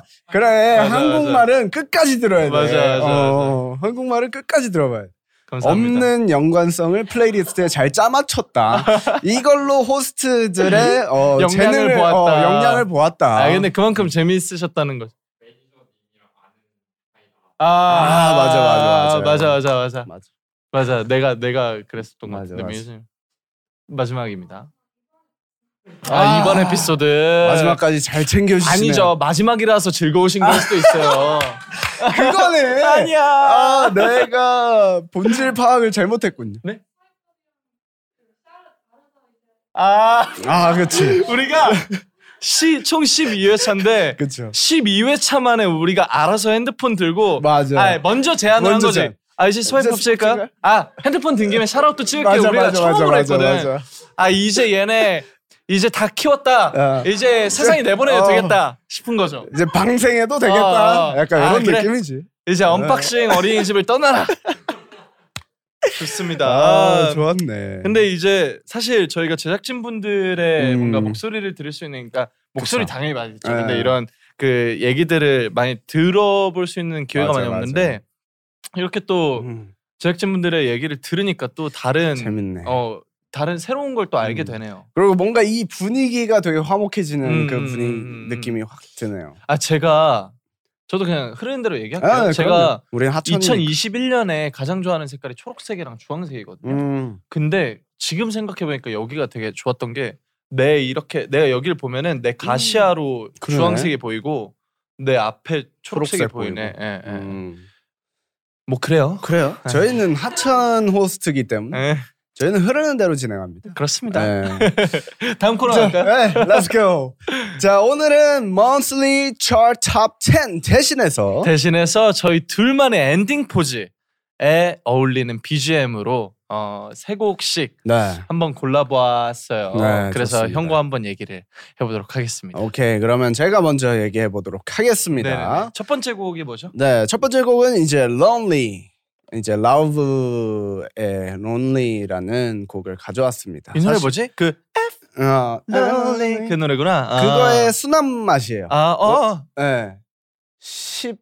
아, 그래
맞아,
한국말은 끝까지 들어야 돼.
맞아, 맞아,
어, 한국말은 끝까지 들어봐야 돼.
감사합니다.
없는 연관성을 플레이리스트에 잘 짜맞췄다. 이걸로 호스트들의 어,
역량을
재능을
보았다.
어, 역량을 보았다.
아 근데 그만큼 재미있으셨다는 거죠. 아,
아, 맞아, 맞아,
아,
맞아요.
맞아 맞아 맞아
맞아.
맞아 내가 내가 그랬었던 것
맞아,
같은데
맞아.
민우님. 마지막입니다. 아,
아,
이번 에피소드
마지막까지 잘 챙겨주시네.
아니죠 마지막이라서 즐거우신 걸 수도 있어요.
그거네.
아니야.
아, 내가 본질 파악을 잘못했군요.
아
아, 그렇지.
우리가 시, 총 12회차인데
그렇죠.
12회차 만에 우리가 알아서 핸드폰 들고
맞아.
아, 먼저 제안을 한
먼저
거지.
제안.
아 이제 스와이프
이제
찍을까요?
스와이프
아 핸드폰 든 김에 샤라웃도 찍을게
맞아,
우리가
맞아,
처음으로
맞아,
했거든.
맞아, 맞아.
아 이제 얘네 이제 다 키웠다.
어.
이제 세상에 내보내도
어.
되겠다 싶은 거죠.
이제 방생해도
어,
되겠다.
어.
약간
아,
이런
그래.
느낌이지.
이제 언박싱 어린이집을 떠나라. 좋습니다.
아,
아,
좋았네.
근데 이제 사실 저희가 제작진 분들의
음.
뭔가 목소리를 들을 수 있는 그러니까 목소리
그쵸.
당연히 많이 듣죠.
예.
근데 이런 그 얘기들을 많이 들어볼 수 있는 기회가
맞아요,
많이
맞아요.
없는데 이렇게 또
음,
제작진분들의 얘기를 들으니까 또 다른
재밌네.
어 다른 새로운 걸 또 알게
음.
되네요.
그리고 뭔가 이 분위기가 되게 화목해지는
음,
그
음,
분위
음, 음.
느낌이 확 드네요.
아 제가 저도 그냥 흐르는 대로 얘기할게요.
아,
제가
우리 하천이.
2021년에 가장 좋아하는 색깔이 초록색이랑 주황색이거든요.
음,
근데 지금 생각해 보니까 여기가 되게 좋았던 게 내 이렇게 내가 여기를 보면은 내 가시아로
그러네.
주황색이 보이고 내 앞에 음. 초록색이
초록색
보이네. 예, 예.
음.
뭐 그래요.
그래요?
네.
저희는 하천 호스트기 때문에
예,
저희는 흐르는 대로 진행합니다.
그렇습니다.
네.
예. 다음 코너
자,
할까요?
네, let's go. 자, 오늘은 monthly chart top 10
어?
대신해서
대신해서 저희 둘만의 엔딩 포즈에 어울리는 BGM으로 어, 세 곡씩
네.
한번 골라보았어요.
네,
그래서
좋습니다.
형과 한번 얘기를 해보도록 하겠습니다.
오케이. 그러면 제가 먼저 얘기해 보도록
네네네.
하겠습니다.
첫 번째 곡이 뭐죠?
네, 첫 번째 곡은 이제 lonely 이제 love의 lonely라는 곡을 가져왔습니다.
이 노래
사실-
뭐지? 그
어,
Lonely 그 노래구나. 아.
그거의 순한 맛이에요.
아 어.
네. 10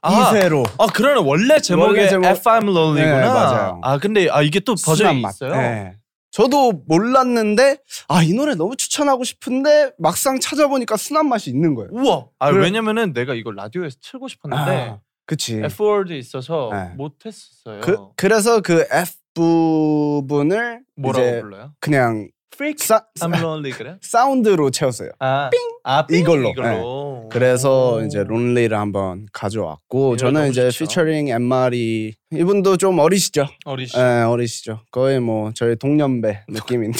아,
2세로
아 그러네 원래 제목이
원래 제목-
FM Lonely구나.
네, 맞아요.
아 근데 아 이게 또 버전이 있어요.
네. 저도 몰랐는데 아 이 노래 너무 추천하고 싶은데 막상 찾아보니까 순한 맛이 있는 거예요.
우와. 아
그래-
왜냐면은 내가 이걸 라디오에서 틀고 싶었는데
아, 그치.
F 월드 있어서
네.
못 했었어요.
그 그래서 그 F 부분을
뭐라고
이제
불러요?
그냥
Freak
사,
I'm Lonely 그래?
운드로 채웠어요.
아, 아 삥!
이걸로, 네.
이걸로.
그래서
오.
이제 론리를 한번 가져왔고
이 노래
저는
너무
이제
좋죠.
피처링 엠마리 이분도 좀 어리시죠?
어리시.
예, 어리시죠. 거의 뭐 저희 동년배 느낌인데.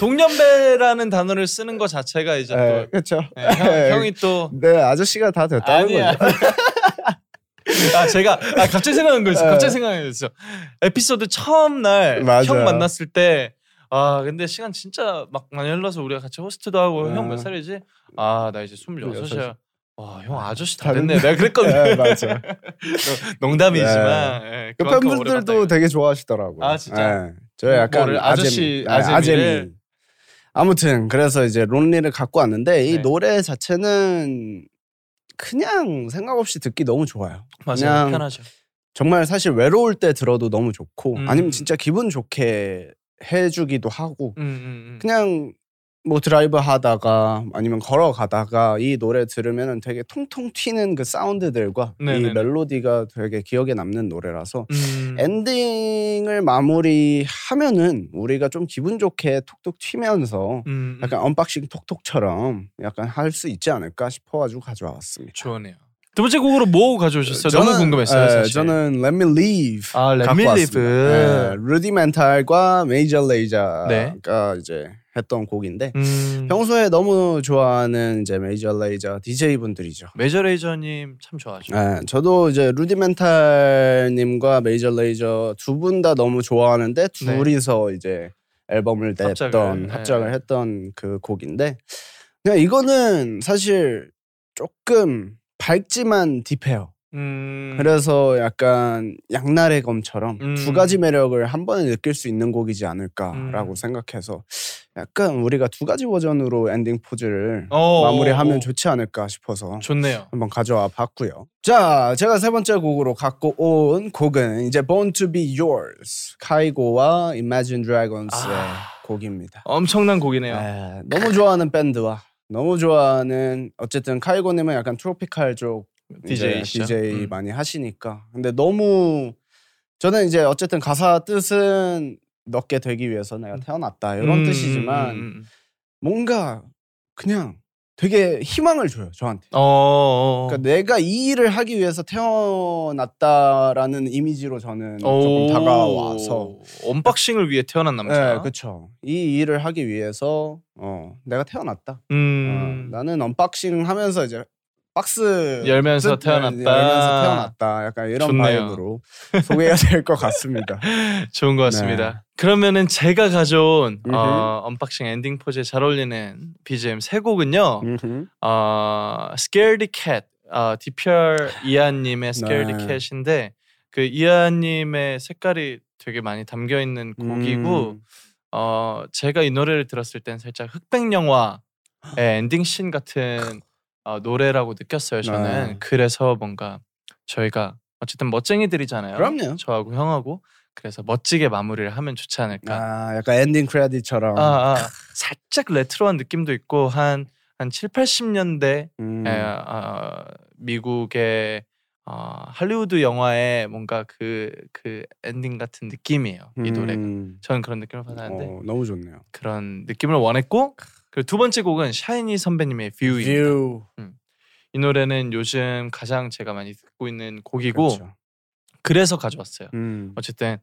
동년배라는 단어를 쓰는 것 자체가 이제
예,
또
그렇죠.
예, 형,
예.
형이 또
네, 아저씨가 다 됐다는
아니야.
거죠.
아 제가 아 갑자기 생각난 거 있어. 갑자기 생각난 거 있어. 에피소드 처음 날
맞아요.
형 만났을 때. 아 근데 시간 진짜 막 많이 흘러서 우리가 같이 호스트도 하고
아.
형 몇 살이지? 아 나 이제 26이야. 와 형 아저씨 다
다른-
됐네. 내가 그랬거든.
예, 맞아.
농담이지만 예,
그
그만큼 오래 봤다
팬분들도
이거지.
되게 좋아하시더라고요.
아, 진짜?
예, 저 약간
뭐를? 아저씨,
아재미. 예,
아재미를?
아재미. 아무튼 그래서 이제 론리를 갖고 왔는데 이
네.
노래 자체는 그냥 생각 없이 듣기 너무 좋아요.
맞아요.
그냥
편하죠.
정말 사실 외로울 때 들어도 너무 좋고
음.
아니면 진짜 기분 좋게 해주기도 하고
음, 음, 음.
그냥 뭐 드라이브 하다가 아니면 걸어가다가 이 노래 들으면 되게 통통 튀는 그 사운드들과 이
네네네.
멜로디가 되게 기억에 남는 노래라서
음.
엔딩을 마무리하면은 우리가 좀 기분 좋게 톡톡 튀면서
음, 음.
약간 언박싱 톡톡처럼 약간 할 수 있지 않을까 싶어가지고 가져왔습니다.
좋으네요. 두 번째 곡으로 뭐 가져오셨어요? 너무 궁금했어요.
에,
사실.
예, 네, 저는 Let Me Leave.
아
갖고
렛밀리브.
왔습니다. 예, 루디멘탈과 메이저 레이저가
네.
이제 했던 곡인데
음.
평소에 너무 좋아하는 이제 메이저 레이저 DJ 분들이죠.
메저레이저님 참 좋아하죠.
예, 저도 이제 루디멘탈님과 메이저 레이저 두 분 다 너무 좋아하는데 둘이서 이제 앨범을 냈던
네. 합작을,
합작을,
네.
했던 그 곡인데 그냥 이거는 사실 조금 밝지만 딥해요.
음.
그래서 약간 양날의 검처럼
음.
두 가지 매력을 한 번에 느낄 수 있는 곡이지 않을까라고
음.
생각해서 약간 우리가 두 가지 버전으로 엔딩 포즈를
어,
마무리하면
어, 어.
좋지 않을까 싶어서
좋네요.
한번 가져와 봤고요. 자, 제가 세 번째 곡으로 갖고 온 곡은 이제 Born to Be Yours 카이고와 Imagine Dragons의
아.
곡입니다.
엄청난 곡이네요.
에, 너무 좋아하는 밴드와 너무 좋아하는 어쨌든 카이고님은 약간 트로피칼 쪽 이제
DJ 시죠?
DJ
음.
많이 하시니까 근데 너무 저는 이제 어쨌든 가사 뜻은 넣게 되기 위해서 내가 태어났다 이런
음,
뜻이지만
음, 음, 음.
뭔가 그냥 되게 희망을 줘요 저한테.
어, 어. 어.
그러니까 내가 이 일을 하기 위해서 태어났다라는 이미지로 저는
오. 음,
조금 다가와서
언박싱을 위해 태어난 남자.
네, 그렇죠. 이 일을 하기 위해서 어, 내가 태어났다.
음.
어, 나는 언박싱 하면서 이제 박스
열면서
뜯-
태어났다.
네, 열면서 태어났다. 약간 이런
좋네요.
바이브로 소개해야 될 것 같습니다.
좋은 것 같습니다. 그러면은 제가 가져온
네. 음흠.
어, 언박싱 엔딩 포즈에 잘 어울리는 BGM 세 곡은요.
음흠.
어, Scaredy Cat, 어, DPR 이하님의 Scaredy
네.
Cat인데 그 이하님의 색깔이 되게 많이 담겨 있는 곡이고
음.
어, 제가 이 노래를 들었을 땐 살짝 흑백 영화의
아.
엔딩 씬 같은 어, 노래라고 느꼈어요. 저는
네.
그래서 뭔가 저희가 어쨌든 멋쟁이들이잖아요.
그럼요.
저하고 형하고 그래서 멋지게 마무리를 하면 좋지 않을까.
아 약간 엔딩 크레딧처럼.
그러니까 아, 아, 살짝 레트로한 느낌도 있고 한 한 7, 80년대
음.
에, 어, 미국의 어, 할리우드 영화의 뭔가 그 그 엔딩 같은 느낌이에요. 이 노래가.
음.
저는 그런 느낌을 받았는데
어, 너무 좋네요.
그런 느낌을 원했고 그리고 두 번째 곡은 샤이니 선배님의 뷰입니다.
뷰.
이 노래는 요즘 가장 제가 많이 듣고 있는 곡이고
그렇죠.
그래서 가져왔어요.
음.
어쨌든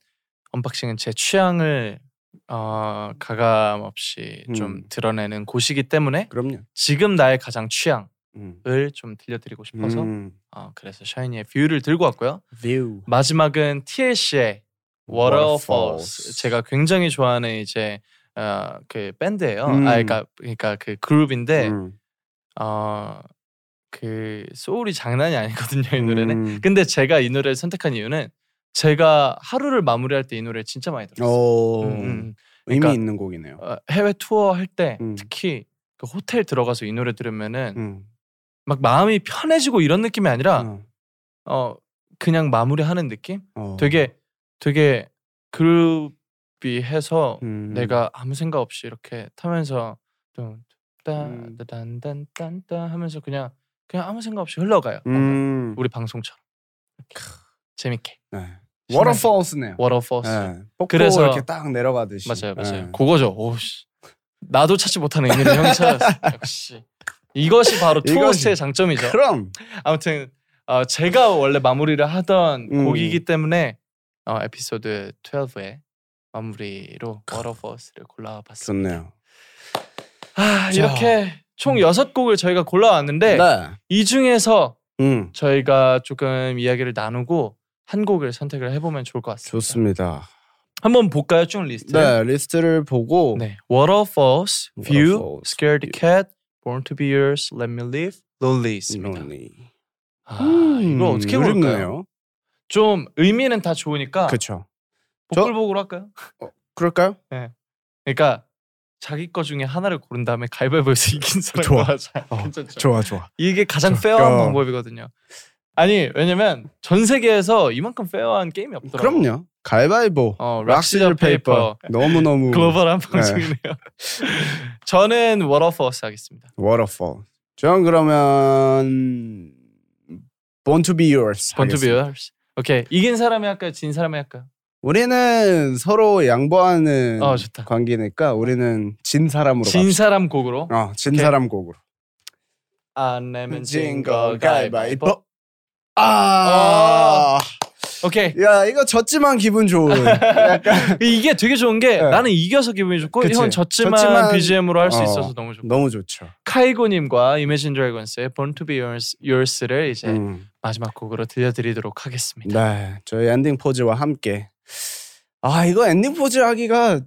언박싱은 제 취향을 어, 가감 없이 좀
음.
드러내는 곳이기 때문에
그럼요.
지금 나의 가장 취향을
음.
좀 들려드리고 싶어서
음.
어, 그래서 샤이니의 뷰를 들고 왔고요.
뷰.
마지막은 TLC의 Waterfalls
Waterfalls.
제가 굉장히 좋아하는 이제 어, 그 밴드예요.
음.
아, 그러니까 그러니까 그 그룹인데
음.
어, 그 소울이 장난이 아니거든요 이 노래는.
음.
근데 제가 이 노래를 선택한 이유는 제가 하루를 마무리할 때 이 노래 진짜 많이 들었어요.
오.
음, 음.
의미
그러니까-
있는 곡이네요.
어, 해외 투어 할 때
음.
특히 그 호텔 들어가서 이 노래 들으면은
음.
막 마음이 편해지고 이런 느낌이 아니라
어.
어 그냥 마무리하는 느낌?
어.
되게 되게 그룹이 해서
음.
내가 아무 생각 없이 이렇게 타면서
음.
딴딴딴딴딴 하면서 그냥 그냥 아무 생각 없이 흘러가요. 뭔가
음.
우리 방송처럼 이렇게 재밌게
네. 워터폴스네요.
워터포스
네. 폭포
그래서-
이렇게 딱 내려가듯이.
맞아요, 맞아요.
네.
그거죠. 오씨, 나도 찾지 못하는 이미를 형이 찾았어. 역시 이것이 바로
이것이-
투어스의 장점이죠.
그럼
아무튼 어, 제가 원래 마무리를 하던
음.
곡이기 때문에 어, 에피소드 12의 마무리로 워터포스를 골라봤습니다.
좋네요. 자.
아,
네.
이렇게 총 6곡을 저희가 골라왔는데 이 중에서
음.
저희가 조금 이야기를 나누고 한 곡을 선택을 해보면 좋을 것 같습니다.
좋습니다.
한번 볼까요? 쭉 리스트.
네 리스트를 보고
네. Waterfalls, View,
Waterfalls,
Scared
View.
Cat, Born to Be Yours, Let Me Live, Lonely입니다.
론리.
아,
음,
이거 어떻게 고를까요?
어렵네요.
좀 의미는 다 좋으니까
그렇죠. 저-
복불복으로 할까요?
그럴까요?
그러니까 자기 거 중에 하나를 고른 다음에 가위바위보에서 이긴
좋아.
사람과 자-
어,
괜찮죠?
좋아 좋아.
이게 가장
좋아.
페어한
어.
방법이거든요. 아니 왜냐면 전 세계에서 이만큼 페어한 게임이 없더라고요.
그럼요. 갈바이보.
어,
락시저 페이퍼. 너무 너무.
글로벌한 방송이네요. 저는 워터포스 하겠습니다.
워터폴. 저는 그러면 Born to be yours. 하겠습니다.
번투비어스. 오케이 이긴 사람이 할까요? 진 사람이 할까요?
우리는 서로 양보하는
어, 좋다.
관계니까 우리는 진 사람으로
진 사람 곡으로
갑시다. 어, 진
오케이.
사람 곡으로.
안 내면
진거
진거
가위바위보.
가위바위보
아.
오케이
야, 이거 졌지만 기분 좋은. 약간
이게 되게 좋은 게
네.
나는 이겨서 기분이 좋고
그치.
이건 졌지만,
졌지만-
BGM으로 할 수
어.
있어서 너무 좋고
너무 좋죠.
카이고님과 Imagine Dragons의 Born to Be Yours, Yours를 이제
음.
마지막 곡으로 들려드리도록 하겠습니다
네, 저희 엔딩 포즈와 함께. 아, 이거 엔딩 포즈 하기가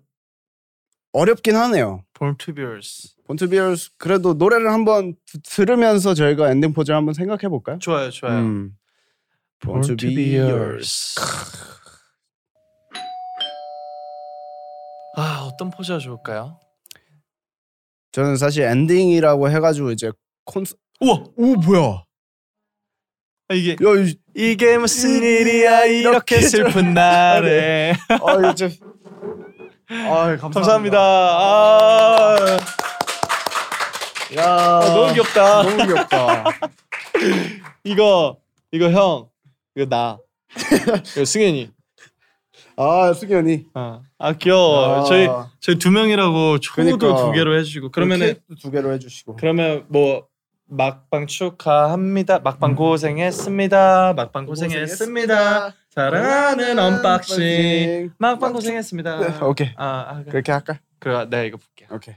어렵긴 하네요.
Born to Be Yours
본투비얼스 그래도 노래를 한번 드- 들으면서 저희가 엔딩 포즈 를 한번 생각해 볼까요?
좋아요 좋아요
음.
Born to Be Yours 아 어떤 포즈가 좋을까요?
저는 사실 엔딩이라고 해가지고 이제 콘서
우와
오 뭐야?
아, 이게
야, 이-
이게 무슨 일이야
음, 이렇게
이렇게 슬픈 날에
아 이거 진짜. 아 감사합니다.
감사합니다. 아,
야,
아, 너무 귀엽다.
너무 귀엽다.
이거 이거 형 이거 나 이거 승현이.
아 승현이.
어. 아 귀여워.
아.
저희 저희 두 명이라고 초도
그러니까.
두 개로 해주시고 그러면은
케이크도 두 개로 해주시고.
그러면 뭐 막방 축하합니다. 막방 고생했습니다. 막방 고생했습니다. 사랑하는 언박싱. 막방 고생했습니다.
네, 오케이.
아, 아 그래.
그렇게 할까?
그래 내가 이거 볼게. 네.
오케이.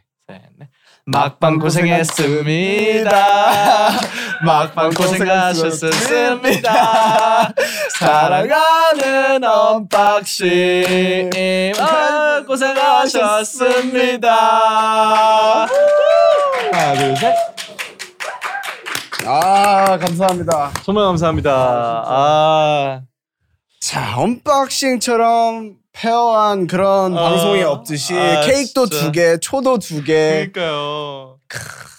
막방 고생했습니다. 막방 고생하셨습니다. 사랑하는 언박싱 아, 고생하셨습니다. 하나 둘 셋.
아 감사합니다.
정말 감사합니다. 아
자 언박싱처럼 페어한 그런
아,
방송이 없듯이
아,
케이크도
진짜.
두 개, 초도 두 개,
그러니까요.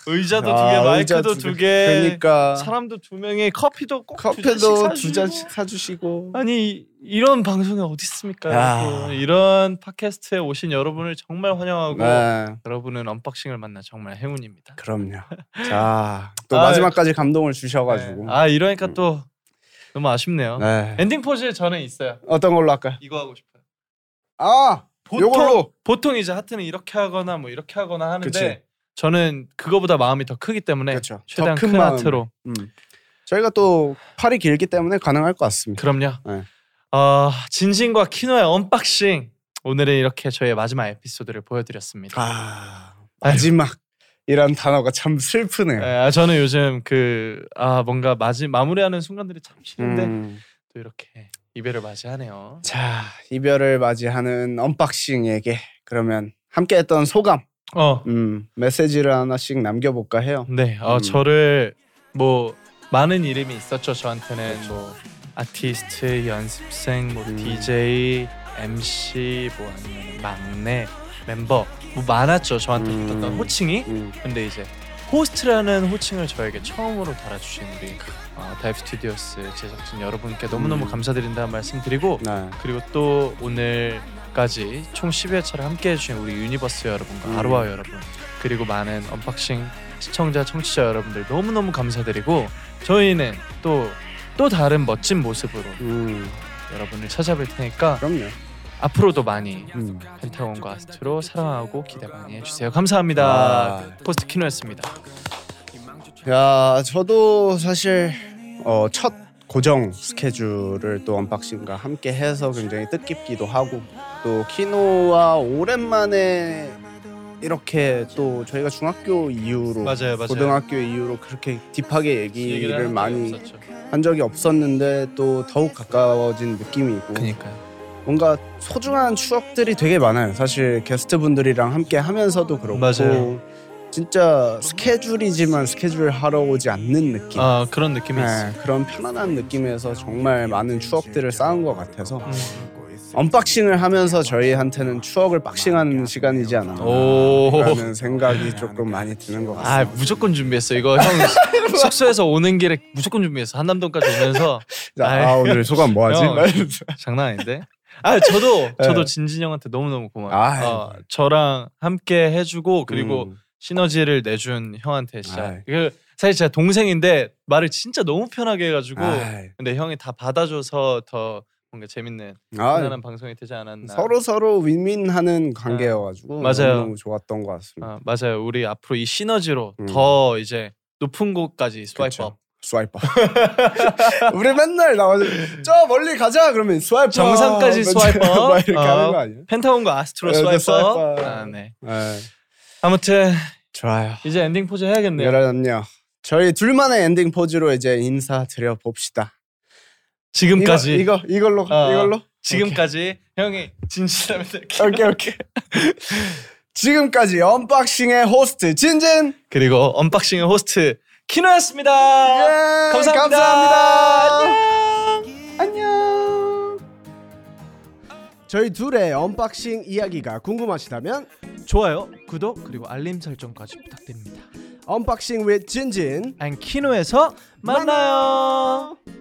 의자도 두
네. 아,
개,
의자
마이크도 두 개,
그러니까
사람도 두 명에 커피도 꼭
커피도
두 잔씩
두 잔씩 사주시고
아니 이- 이런 방송이 어디 있습니까?
야.
또 이런 팟캐스트에 오신 여러분을 정말 환영하고
네
여러분은 언박싱을 만나 정말 행운입니다.
그럼요. 자 또
아,
마지막까지 감동을 주셔가지고
네. 아 이러니까
음.
또 너무 아쉽네요.
네.
엔딩 포즈 저는 있어요.
어떤 걸로 할까요?
이거 하고 싶어요.
아
보통
요걸로!
보통 이제 하트는 이렇게 하거나 뭐 이렇게 하거나 하는데
그치.
저는 그거보다 마음이 더 크기 때문에
그렇죠.
네, 최대한
더큰
큰,
마음.
하트로
음. 저희가 또 팔이 길기 때문에 가능할 것 같습니다.
그럼요.
네.
어, 진신과 키노의 언박싱 오늘은 이렇게 저희의 마지막 에피소드를 보여드렸습니다.
아 마지막 이란 단어가 참 슬프네요.
예, 저는 요즘 그 아 뭔가 마지 마무리하는 순간들이 참 싫은데
음.
또 이렇게 이별을 맞이하네요.
자 이별을 맞이하는 언박싱에게 그러면 함께했던 소감,
어,
음, 메시지를 하나씩 남겨볼까 해요.
네, 어
음.
저를 뭐 많은 이름이 있었죠. 저한테는 뭐 아티스트, 연습생, 뭐
그렇죠. 음.
DJ, MC, 뭐 아니면 막내 멤버 뭐 많았죠. 저한테
음.
붙었던 호칭이.
음.
근데 이제 호스트라는 호칭을 저에게 처음으로 달아주신 우리 어, 다이브 스튜디오스 제작진 여러분께 너무너무
음.
감사드린다는 말씀드리고
네.
그리고 또 오늘까지 총 10회차를 함께해 주신 우리 유니버스 여러분과
음.
아로하 여러분 그리고 많은 언박싱 시청자 청취자 여러분들 너무너무 감사드리고 저희는 또 또 다른 멋진 모습으로
음,
여러분을 찾아뵐 테니까
그럼요.
앞으로도 많이
음.
펜타곤과 아스트로 사랑하고 기대 많이 해주세요. 감사합니다.
아.
포스트 키노였습니다.
야, 저도 사실 어, 첫 고정 스케줄을 또 언박싱과 함께 해서 굉장히 뜻깊기도 하고 또 키노와 오랜만에 이렇게 또 저희가 중학교 이후로
맞아요, 맞아요.
고등학교 이후로 그렇게 딥하게 얘기를 많이
없었죠.
한 적이 없었는데 또 더욱 가까워진 느낌이고
그니까요.
뭔가 소중한 추억들이 되게 많아요. 사실 게스트분들이랑 함께 하면서도 그렇고
맞아요.
진짜 스케줄이지만 스케줄 하러 오지 않는 느낌.
아 그런 느낌이 있어요.
네, 그런 편안한 느낌에서 정말 많은 추억들을 쌓은 것 같아서
음.
언박싱을 하면서 저희한테는 추억을 박싱하는 시간이지
오.
않았나라는 생각이 조금 많이 드는 것
아
같습니다.
무조건 준비했어. 이거 형 숙소에서 오는 길에 무조건 준비했어. 한남동까지 오면서
자, 아, 오늘 소감 뭐하지? 음.
형. 장난 아닌데. 아 저도 저도 진진 형한테 너무 너무
아이. 예.
고마워요. 어, 저랑 함께 해주고 그리고
음,
시너지를 내준 형한테 진짜
아이. 예.
그 사실 제가 동생인데 말을 진짜 너무 편하게 해가지고
아이. 예.
근데 형이 다 받아줘서 더 뭔가 재밌는
아,
편안한 방송이 되지 않았나.
서로 서로 윈윈하는 관계여가지고
네. 맞아요.
너무 좋았던 것 같습니다.
아, 맞아요. 우리 앞으로 이 시너지로
음.
더 이제 높은 곳까지 스와이프
그쵸.
업.
스와이퍼. 우리 맨날 나와서 저 멀리 가자 그러면 스와이퍼.
정상까지 스와이퍼.
막 이렇게 하는
어.
거 아니야?
펜타곤과 아스트로
네,
스와이프.
스와이프.
아, 네.
네.
아무튼
좋아요.
이제 엔딩 포즈 해야겠네요.
그럼요. 저희 둘만의 엔딩 포즈로 이제 인사 드려 봅시다.
지금까지
이거, 이거 이걸로
아,
이걸로
지금까지 형이 진실하면 될게요.
오케이 오케이. 지금까지 언박싱의 호스트 진진.
그리고 언박싱의 호스트 키노였습니다.
예,
감사합니다.
감사합니다. 안녕. 저희 둘의 언박싱 이야기가 궁금하시다면
좋아요, 구독 그리고 알림 설정까지 부탁드립니다.
언박싱 with 진진
안 키노에서 만나요.